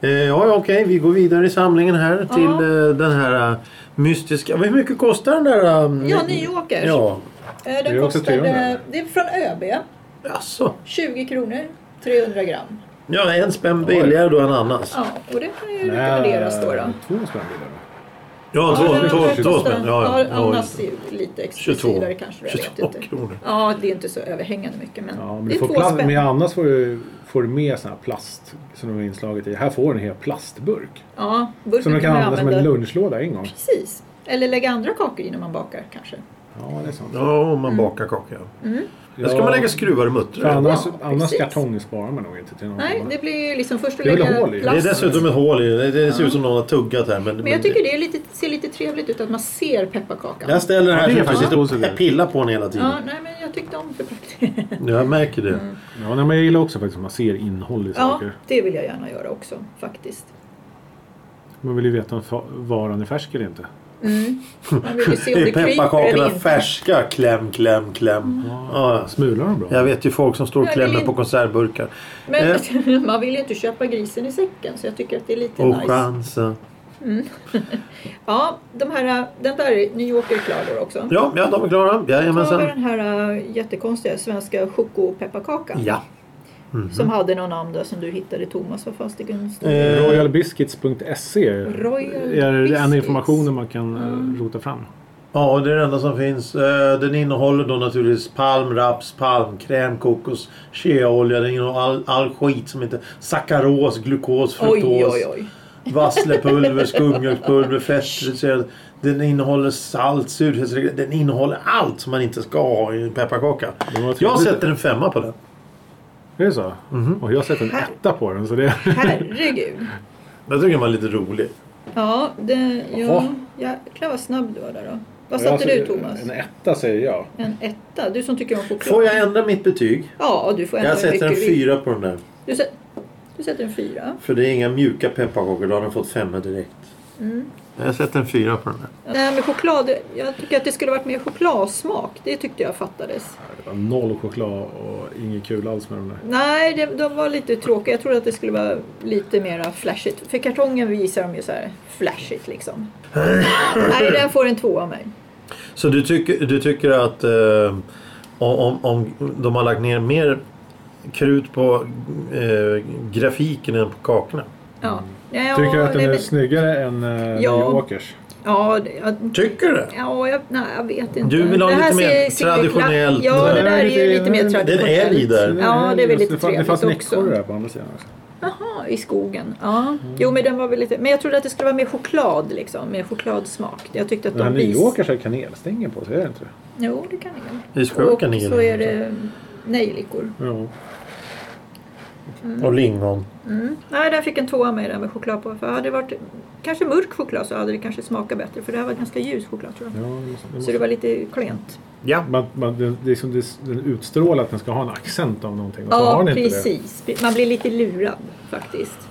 B: Eh, ja, ja, okej. Vi går vidare i samlingen här
A: Mm. Ja.
B: till eh, den här eh, mystiska... Hur mycket kostar den där? eh,
A: Ja, New Yorkers.
B: Ja,
A: Eh,
C: Det
A: Den
C: är också 300.
A: kostade, det är från ÖB,
B: alltså.
A: 20 kronor, 300 gram.
B: Ja, en spänn billigare då än annars.
A: Ja, och det kan ju rekommenderas då. då.
C: Nej, Två spänn blir det då.
B: Ja, två,
A: Ja, den
B: två,
A: kostar-
B: två spänn. Ja, ja, ja,
A: annars är ju lite
B: 22,
A: exklusivare kanske. Jag vet
B: 22
A: inte.
B: kronor.
A: Ja, det är inte så överhängande mycket men,
C: Ja, men
A: det
C: du
A: är
C: får
A: två
C: plast,
A: spänn.
C: men annars får du, får du med sån här plast som de har inslaget i. Här får du en hel plastburk.
A: Ja, burken
C: Som du kan
A: man
C: använda som en
A: använda-
C: lunchlåda en gång.
A: Precis. Eller lägga andra kakor i när man bakar kanske.
C: Ja, det är sant.
B: Ja, om man
A: Mm.
B: bakar kakor. ja. Där ska man lägga skruvar och muttrar.
C: För annars,
A: Ja,
C: annars
A: precis.
C: kartong sparar man nog inte till någon.
A: Nej, det blir ju liksom först att
C: Det är väl
A: lägga
C: hål i.
B: Det är
A: plast.
B: dessutom ett hål i det. Det ser ut som någon har tuggat här. Men,
A: Men jag tycker det är lite, ser lite trevligt ut att man ser pepparkakan.
B: Jag ställer den
C: Ja, det är
B: här så
C: faktiskt
B: jag sitter
C: positivt.
B: och pillar på den hela tiden.
A: Ja, nej men jag tyckte om förpackningen.
B: Jag märker det.
A: Mm.
C: Ja, nej, men jag gillar också faktiskt att man ser innehåll i
A: Ja,
C: saker.
A: det vill jag gärna göra också faktiskt.
C: Man vill ju veta om fa- varan är färsk eller inte.
A: Man vill ju se om
B: Är
A: det kryper eller
B: <laughs> pepparkakorna
A: inte. Mm.
B: färska? Kläm, kläm, kläm. Ja. alltså.
C: Smular de bra?
B: Jag vet ju folk som står och
A: Jag vill
B: klämmer
A: inte-
B: på konservburkar.
A: Men
B: Eh.
A: <laughs> man vill ju inte köpa grisen i säcken så jag tycker att det är lite
B: Och
A: nice.
B: chansen.
A: Ja, de här, den där är- New York är klar då också.
B: Ja, ja, de är klara.
A: Då har vi
B: Jajamensan.
A: den här äh, jättekonstiga svenska chokopepparkakan.
B: Ja. Mm.
A: Som hade någon namn där som du hittade Thomas. Vad fanns det Gunst?
B: Eh,
C: Royalbiscuits.se
A: Royal
C: E är det den
A: Biscuits.
C: informationen man kan
A: Mm.
C: eh, rota fram.
B: Ja, och det är det enda som finns. Eh, Den innehåller då naturligtvis palm, raps, palmkräm, kokos, cheaolja. Den innehåller all, all skit som inte... Sackaros, glukos,
A: Oj,
B: fruktos.
A: oj, oj.
B: Vasslepulver, skummjölkspulver, fett. Den innehåller salt, surhetsregler. Den innehåller allt som man inte ska ha i en pepparkaka.
C: Det var
B: Jag
C: trevligt.
B: sätter en femma på den.
C: Är det så? Och jag har sett en etta på den. Så det...
B: <laughs>
A: Herregud.
B: Jag tycker den var lite rolig.
A: Ja, det, ja
C: Jaha.
A: jäklar vad snabb du var där då. Vad satte du Thomas?
C: En etta säger jag.
A: En etta? Du som tycker om choklad.
B: Får jag ändra mitt betyg?
A: Ja, du får ändra
B: Jag
A: hur
B: sätter en
A: mycket du vill.
B: fyra på den där.
A: Du, sä- du sätter en fyra.
B: För det är inga mjuka pepparkakor. Då har den fått femma direkt.
A: Mm.
B: Jag sätter en fyra på den där.
A: Nej, men choklad. Jag tycker att det skulle varit mer chokladsmak. Det tyckte jag fattades.
C: Det var Noll choklad och inget kul alls med de där.
A: Nej, det, de var lite tråkiga. Jag trodde att det skulle vara lite mer flashigt. För kartongen visar de ju så här flashigt liksom. Nej, den får en två av mig.
B: Så du tycker, du tycker att eh, om, om- om de har lagt ner mer krut på eh, grafiken än på kakorna?
A: Ja. ja
C: Tycker du att den
A: nej,
C: är
A: men-
C: snyggare än uh,
A: Ja.
C: New Yorkers?
A: Ja, det- ja,
B: Tycker du det?
A: ja jag, nej, jag vet inte.
B: Du vill ha
A: Det här
B: lite mer
A: ser- ser-
B: traditionellt.
A: Ja, det där är ju lite mer
C: Det är en
B: Det är en
A: traditionellt.
B: älg där.
A: Ja, det är väl lite
C: Det fanns- Det fanns en
A: trevligt också.
C: ekorre där på andra sidan. också.
A: Jaha, i skogen. Ja. Jo, men den var väl lite... Men jag trodde att det skulle vara mer choklad liksom. Mer chokladsmak. Jag tyckte att
C: Den här
A: de vis...
C: nyåkars har kanelstänger på sig, är det inte det?
A: Jo, det kan det.
B: I
A: Och
B: skurken
A: så är det nejlikor.
C: Ja.
B: Och lingon.
A: Mm. Nej, den fick en tvåa med den med choklad på. För hade det varit kanske mörk choklad så hade det kanske smakat bättre. För det här var ganska ljus choklad tror jag.
C: Ja, det måste- det
A: Så
C: måste-
A: det var lite klent.
B: Ja.
C: Man, man, det, det är som det, den utstrålar att den ska ha en accent av någonting. Och så har
A: Ja,
C: den inte det.
A: precis. Man blir lite lurad faktiskt.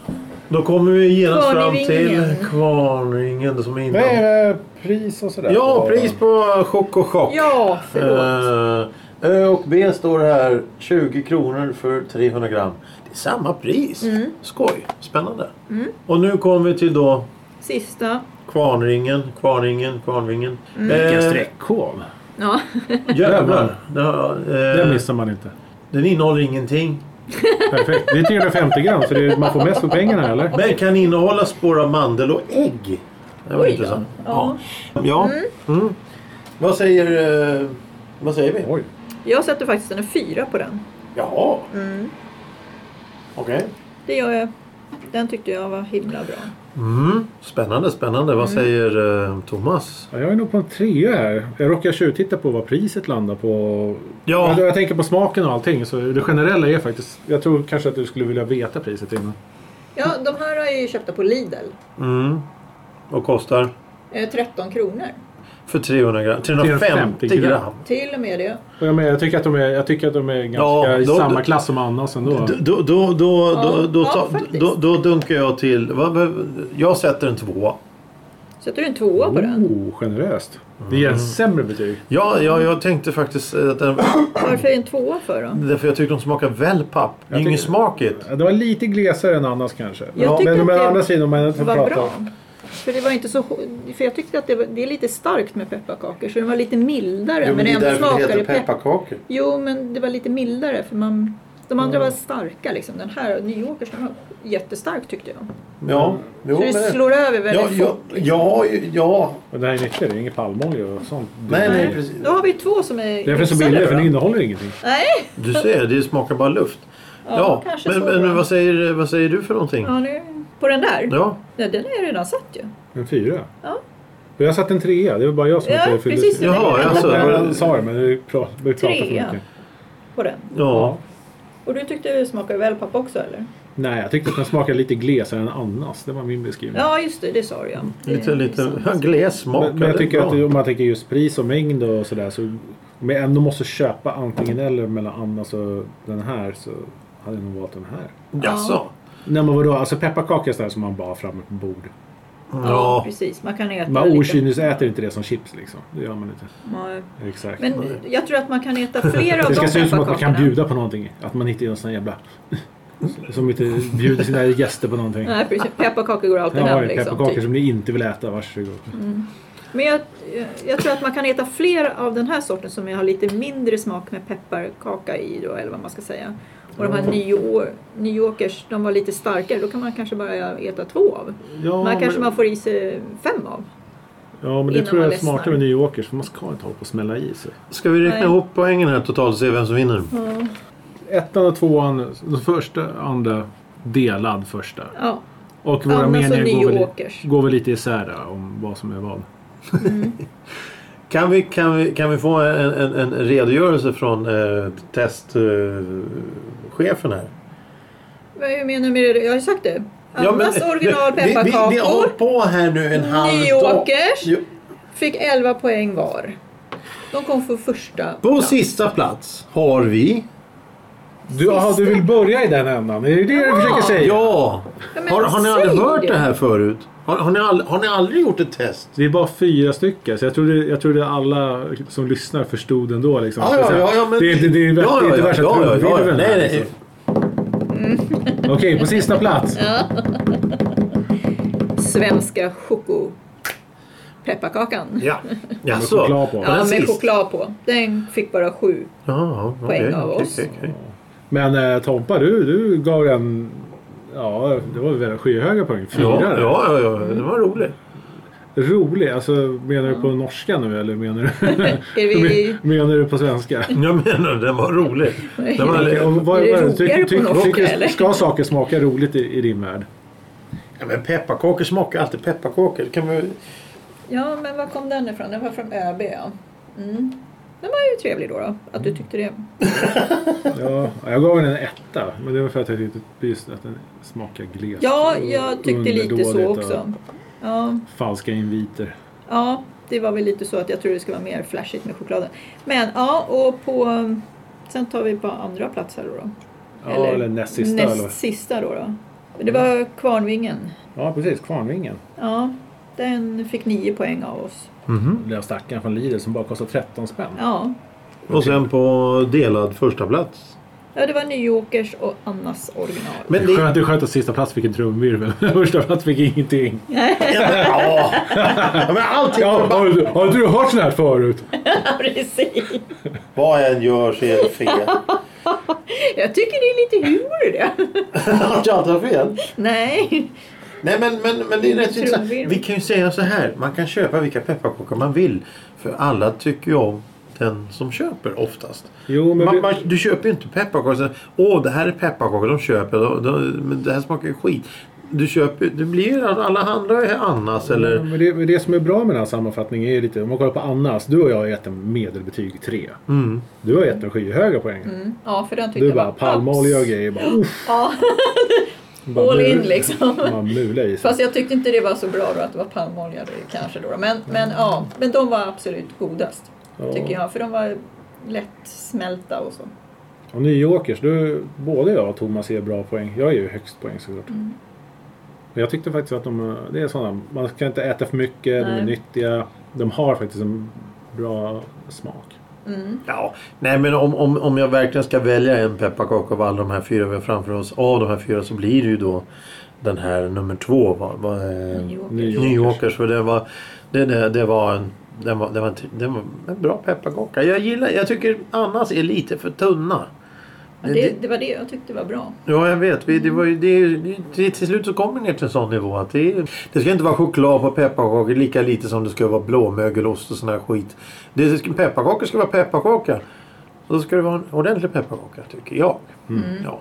B: Då kommer vi genast fram till
A: Kvarnringen.
B: kvarnringen som är
C: Vad är
B: innan.
C: det? Pris och sådär?
B: Ja, pris på chock och chock.
A: Ja, förlåt.
B: Eh, Ö och B står här 20 kronor för 300 gram. Det är samma pris.
A: Mm.
B: Skoj, spännande. Och nu kommer vi till då
A: Sista.
B: kvarnringen, kvarnringen, kvarnringen.
A: Mm.
E: Vilken
B: Eh,
E: streckkod.
A: Ja.
B: jävlar. Det har- eh,
C: Den missar man inte.
B: den innehåller ingenting.
C: Perfekt. Det är 350 gram så det är, man får mest för pengarna eller?
B: Men kan innehålla spår av mandel och ägg. Det var
A: <laughs> Oj då.
B: intressant.
A: Ja.
B: ja. Mm. Vad säger eh, Vad säger vi?
C: Oj.
A: Jag sätter faktiskt en fyra på den.
B: Jaha.
A: Mm.
B: Okej.
A: Det gör jag. Den tyckte jag var himla bra.
B: Mm. Spännande, spännande. Vad
A: Mm.
B: säger eh, Thomas?
C: Ja, Jag är nog på en trea här. Jag råkar tjuvtitta på vad priset landar på.
B: Ja.
C: Men Jag tänker på smaken och allting. Så det generella är faktiskt... Jag tror kanske att du skulle vilja veta priset innan.
A: Ja, de här är ju köpta på Lidl.
B: Mm. Och kostar?
A: Eh, 13 kronor.
B: För 300 gram. 350 gram.
C: gram.
A: Till och med det.
C: Och Jag, menar, jag, tycker att de är, jag tycker att de är ganska
B: Ja,
C: i
B: då-
C: samma
B: då-
C: klass som Annas ändå.
B: Då, då, då, då,
A: Ja,
B: då, då,
A: ja,
B: ta-
A: faktiskt.
B: då, då dunkar jag till. vad be- Jag sätter en tvåa.
A: Sätter du en tvåa på den?
C: Oh, generöst. Det ger en
B: Mm.
C: sämre betyg.
B: Ja, ja, jag tänkte faktiskt eh, att den,
A: Varför är en tvåa för
C: Mm.
A: då?
B: därför jag tycker de smakar väl papp. Det är
C: Jag
B: inget
C: tycker-
B: smakigt.
C: Ja, Det var lite glesare än Annas kanske.
A: Jag tycker
C: men
A: att
C: men å
A: det
C: andra sidan, om man inte
A: Det var
C: pratar
A: bra. För, det var inte så, hå- för jag tyckte att det, var, det är lite starkt med pepparkakor så den var lite mildare. men ändå smakade peppar.
B: pepparkakor.
A: Jo, men det var lite mildare för man, de andra var starka. Liksom. Den här New Yorkers den var jättestark tyckte jag.
B: Ja, jo,
A: så det
B: men-
A: slår över väldigt
B: ja,
A: fort. liksom.
B: ja, ja, ja.
C: Och det här är nyttigt, det är inget palmolja och sånt.
B: Nej, nej, precis.
A: Då har vi två som är
C: Därför är det så
A: hyfsade
C: billigt,
A: då.
C: för den innehåller ingenting.
A: Nej,
B: Du ser, det smakar bara luft.
A: Ja,
B: Ja,
A: kanske
B: men,
A: så
B: men
A: då.
B: vad, säger, vad säger du för någonting?
A: ja, nu, på den där?
B: Ja,
A: Nej, den har jag redan satt ju.
C: En fyra.
A: Ja.
C: Och jag satt en trea, det var bara jag som
A: Ja,
C: inte
A: precis.
C: Ja,
A: Det
B: Jaha,
A: är-
B: alltså.
C: jag sa det, men vi pratar för
A: Trea.
C: mycket.
A: På den.
B: ja.
A: Och du tyckte det smakade väl pappa också eller?
C: Nej, jag tyckte att den smakade lite glesare än Annas. Det var min beskrivning.
A: Ja just det, det sa du ja. Det
B: Lite,
A: är liksom
B: lite
A: sant.
B: <laughs> gles smak.
C: Men, men
B: Ja,
C: jag
B: det är
C: tycker att
B: bra.
C: om man tänker just pris och mängd och sådär så om jag ändå måste köpa antingen eller mellan Annas och den här så hade jag nog valt den här.
B: Jaså?
C: Nej men vadå, alltså pepparkakor är sådär som man bara har framme på bord.
A: Ja
B: Ja.
A: precis, man kan äta
C: Man
A: lite.
C: okynnesäter inte det som chips liksom. Det gör man inte.
A: Nej.
C: Exakt.
A: Men jag tror att man
C: <laughs>
A: kan äta flera
C: det
A: av de
C: ska se ut som att man kan
A: pepparkakorna.
C: bjuda på någonting. Att man inte är någon sån jävla... <laughs> Som inte bjuder sina gäster på någonting.
A: Nej precis, pepparkakor går alltid
C: Ja,
A: hem
C: det är
A: liksom.
C: pepparkakor
A: Typ.
C: som ni inte vill äta, varsågod.
A: Men jag, jag tror att man kan äta flera av den här sorten som har lite mindre smak med pepparkaka i då, eller vad man ska säga. Och de här nyår, nyåkers, de var lite starkare, då kan man kanske bara äta två av.
C: Ja,
A: Man kanske
C: men,
A: man får i sig fem av.
C: ja, men det
A: innan
C: tror jag
A: man
C: är smartare
A: ledsnar.
C: med New Yorkers. För man ska inte hålla på och smälla i sig.
B: Ska vi räkna
A: Nej.
B: ihop poängen här totalt och se vem som vinner?
C: Ettan och tvåan, den första andra delad första.
A: Ja.
C: Och våra
A: Annars och
C: meningar går väl,
A: Nyåkers.
C: går väl lite isär där om vad som är vad.
B: Kan vi, kan vi, kan vi få en, en, en redogörelse från eh, testchefen här?
A: Vad är- menar du med det? Jag har ju sagt det.
B: Ja, men-
A: Annas original
B: vi- Vi, vi har hållit
A: pepparkakor,
B: på här nu en halv dag.
A: Nyåkers.
B: Jo.
A: fick 11 poäng var. De kom för första.
B: På sista plats har vi...
C: Du, aha, du vill börja i den ändan? Är det det du försöker säga?
B: Ja!
A: Ja, men
B: Har, har ni
A: säg
B: aldrig hört det här förut? Har, har, ni all, har ni aldrig gjort ett test?
C: Vi är bara fyra stycken, så jag trodde, jag trodde alla som lyssnar förstod ändå. Liksom.
B: Ja, ja, ja, ja, men...
C: Det är inte det är inte
B: ja, ja,
C: värsta
B: ja, ja, ja, ja.
C: trumvirveln här,
B: Nej, nej.
C: liksom. Okej, på sista plats.
A: Svenska choko pepparkakan.
B: Ja. Jaså?
C: choklad på.
B: Den
A: Ja, med
B: sist.
A: choklad på. Den fick bara sju.
B: Ja, ja,
A: Poäng
B: okej,
A: av
B: okej,
A: oss.
B: okej, okej.
C: Men eh, Tompa, du, du gav den... Ja, det var väl skyhöga poäng. Fyra.
B: Ja,
C: där.
B: ja, ja, ja. det var roligt.
C: Rolig? Alltså, menar du på norska nu eller menar du,
A: Är Mm.
C: <laughs>
A: <laughs> vi...
C: menar du på
A: <laughs>
C: svenska?
B: Jag menar, den var rolig. Den var,
C: Okej, och
B: li-
C: vad- vad-
A: Är det
C: vad-
A: roligare
C: tycker-
A: på
C: tycker-
A: norska,
C: tycker-
A: eller?
C: Ska saker smaka roligt i, i din värld?
B: ja, men pepparkakor smakar alltid pepparkakor. Kan vi...
A: Ja, men var kom den ifrån? Den var från ÖB, ja. Mm. Den var ju trevlig då, då att du tyckte det.
C: Ja, jag gav den en etta. Men det var för att jag tyckte just att den smakar gles.
A: Ja,
C: och
A: jag tyckte lite
C: underdådigt
A: så
C: och
A: också. Ja,
C: Falska inviter.
A: ja, det var väl lite så att jag tror det skulle vara mer flashigt med chokladen. Men ja, och på... Sen tar vi på andra plats här då. då.
C: Ja, eller, näst sista.
A: näst
C: Eller? Mm.
A: sista då. då. Men Det var Kvarnvingen.
C: Ja, precis. Kvarnvingen.
A: Ja, den fick nio poäng av oss.
B: Mhm.
C: Den stackaren från Lidl som bara kostar 13 spänn.
A: Ja,
B: Och sen på delad första plats.
A: ja det var Nyåkers och Annas original. <laughs>
B: Men
C: Det är
B: det...
C: skönt, det är skönt att sista plats fick en trumvirvel. <laughs> Första plats fick ingenting.
B: <laughs> Ja, men allting
C: Ja, har, har inte du hört sån här förut?
A: Precis.
B: Vad jag än gör så är det <laughs> fel.
A: Jag tycker det är lite humor i det. <laughs>
B: Har jag alltid fel?
A: Nej.
B: Nej men, men, men det är rätt
A: Tror
B: intressant.
A: vi.
B: Vi kan ju säga så här. Man kan köpa vilka pepparkakor man vill. För alla tycker ju om den som köper oftast.
C: Jo, men
B: Man,
C: vi-
B: man, du köper ju inte pepparkakor. så, Åh det här är pepparkakor. De köper. De, de, men det här smakar ju skit. Du köper Det blir alla handlar ju Annas
C: Ja,
B: eller.
C: Men det, men det som är bra med den här sammanfattningen är ju lite, om man kollar på Annas, du och jag har gett en medelbetyg 3.
B: Mm.
C: Du har gett en skyhöga poäng.
A: Mm, Ja, för den tyckte
C: Du
A: jag
C: bara palmolja och grejer, bara
A: <laughs>
C: uff.
A: Ja,
C: Bara
A: all
C: mul-
A: in liksom.
C: Bara mula i sig.
A: Fast jag tyckte inte det var så bra då att det var palmolja då, kanske då. Men, men ja, men de var absolut godast.
C: Ja.
A: Tycker jag. För de var lättsmälta och så.
C: Och New Yorkers, du, både jag och Thomas ger bra poäng. Jag är ju högst poäng såklart.
A: Mm.
C: Men jag tyckte faktiskt att de, eh, det är sådana, man ska inte äta för mycket, de
A: Nej.
C: är nyttiga. De har faktiskt en bra smak.
A: Mm.
B: Ja, nej men om, om, om jag verkligen ska välja en pepparkaka av alla de här fyra vi har framför oss. Av de här fyra så blir det ju då den här nummer två. Va, va, eh,
A: Nyåkers.
C: New Yorkers.
B: New Yorkers. För det var, det, det, det var en det var, det, var en, det var en bra pepparkaka. Jag gillar, jag tycker annars är lite för tunna.
A: Ja, det, det var det jag tyckte var bra.
B: Ja, jag vet. Vi, det var ju, det, är ju- det, till slut så kommer det ner till en sån nivå att det, är- det ska inte vara choklad på pepparkakor lika lite som det ska vara blåmögelost och sån här skit. Det, ska- pepparkakor ska vara pepparkaka. Och då ska det vara en ordentlig pepparkaka, tycker jag.
A: Mm.
B: Ja.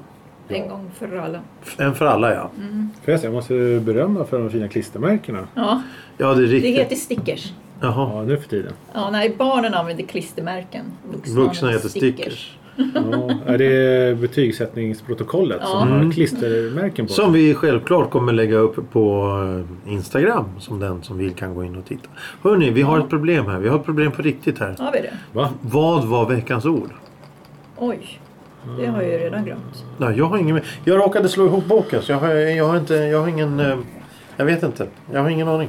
A: En gång för alla.
B: En för alla, ja.
A: Mm.
C: Förresten, jag måste berömma för de fina klistermärkena.
A: Ja,
B: Ja, det är
A: det
B: riktigt.
A: heter stickers.
B: Jaha.
C: Ja, nu för tiden.
A: Ja, nej, barnen använder klistermärken.
B: Vuxna heter stickers.
C: Ja, är det betygssättningsprotokollet som
A: Ja.
F: Mm.
C: har klistermärken på?
B: Som vi självklart kommer lägga upp på eh, Instagram. Som den som vill kan gå in och titta. Hörni, vi har ett problem här. Vi har ett problem på riktigt här.
A: Har vi det?
C: Va?
B: Vad var veckans ord?
A: Oj, det har jag ju redan glömt.
B: Nej, jag har ingen med. Jag råkade slå ihop boken så jag har, jag har inte, jag har ingen, eh, jag vet inte. Jag har ingen aning.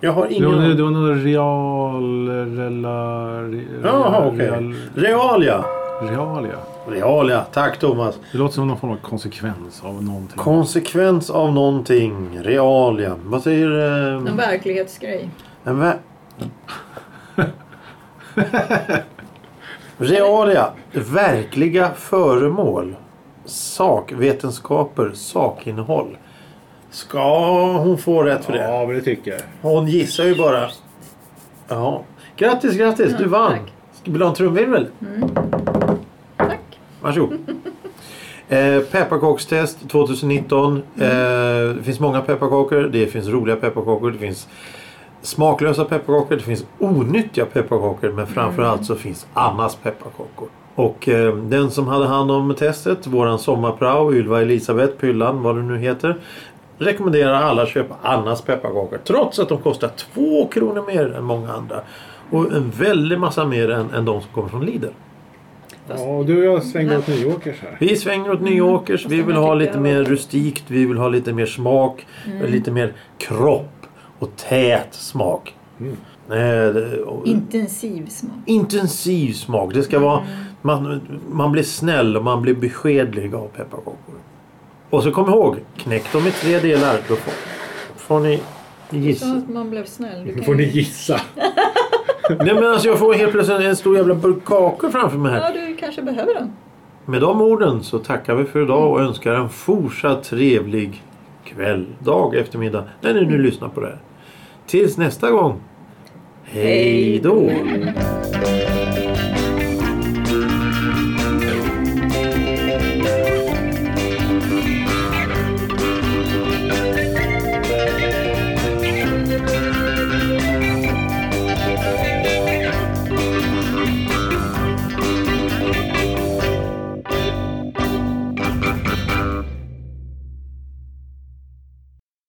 B: Jag har ingen
F: det,
B: aning.
F: var någon real... Rela, re,
B: Jaha, okej.
F: real,
B: Realia.
F: realia.
B: Realia. Tack Thomas.
F: Det låter som någon form av konsekvens av någonting.
B: Konsekvens av någonting. Realia. Vad säger... Eh,
A: Någon verklighetsgrej.
B: en vä- Realia. Verkliga föremål. Sakvetenskaper. Sakinnehåll. Ska hon få rätt för det?
C: Ja, men det tycker jag.
B: Hon gissar ju bara. Ja. Grattis, grattis! Du
A: Mm,
B: vann!
A: tack.
B: Ska Vill du ha en trumvirvel?
A: Tack.
B: Varsågod. Eh, pepparkakstest 2019. Eh, det finns många pepparkakor. Det finns roliga pepparkakor. Det finns smaklösa pepparkakor. Det finns onyttiga pepparkakor. Men framförallt så finns Annas pepparkakor. Och eh, den som hade hand om testet, våran sommarprao, Ylva Elisabeth Pyllan, vad du nu heter. Rekommenderar alla att köpa Annas pepparkakor. Trots att de kostar 2 kronor mer än många andra. Och en väldig massa mer än, än de som kommer från Lidl.
C: Ja, och du och jag svängde åt New Yorkers här.
B: Vi svänger åt New Yorkers. Vi
A: Fast
B: vill
A: den
B: ha
A: Mm. här tycker
B: lite
A: jag Mm.
B: mer
A: var-
B: rustikt. Vi vill ha lite mer smak. Lite mer kropp. Och tät smak. Eh, det- och-
A: Intensiv smak.
B: intensiv smak. Det ska vara...
A: Mm.
B: Man, man blir snäll och man blir beskedlig av pepparkakor. Och så kom ihåg, knäck dem i tre delar. Då får, får ni
A: Så
B: gissa.
A: att man blev snäll. Du
C: Nu
A: kan
C: får ni
A: ju...
C: gissa.
B: Nej men alltså jag får helt plötsligt en stor jävla burk kakor framför mig här.
A: Ja, du kanske behöver den.
B: Med de orden så tackar vi för idag och önskar en fortsatt trevlig kväll, dag, eftermiddag när ni nu lyssnar på det här. Tills nästa gång. Hej då!
A: Hej.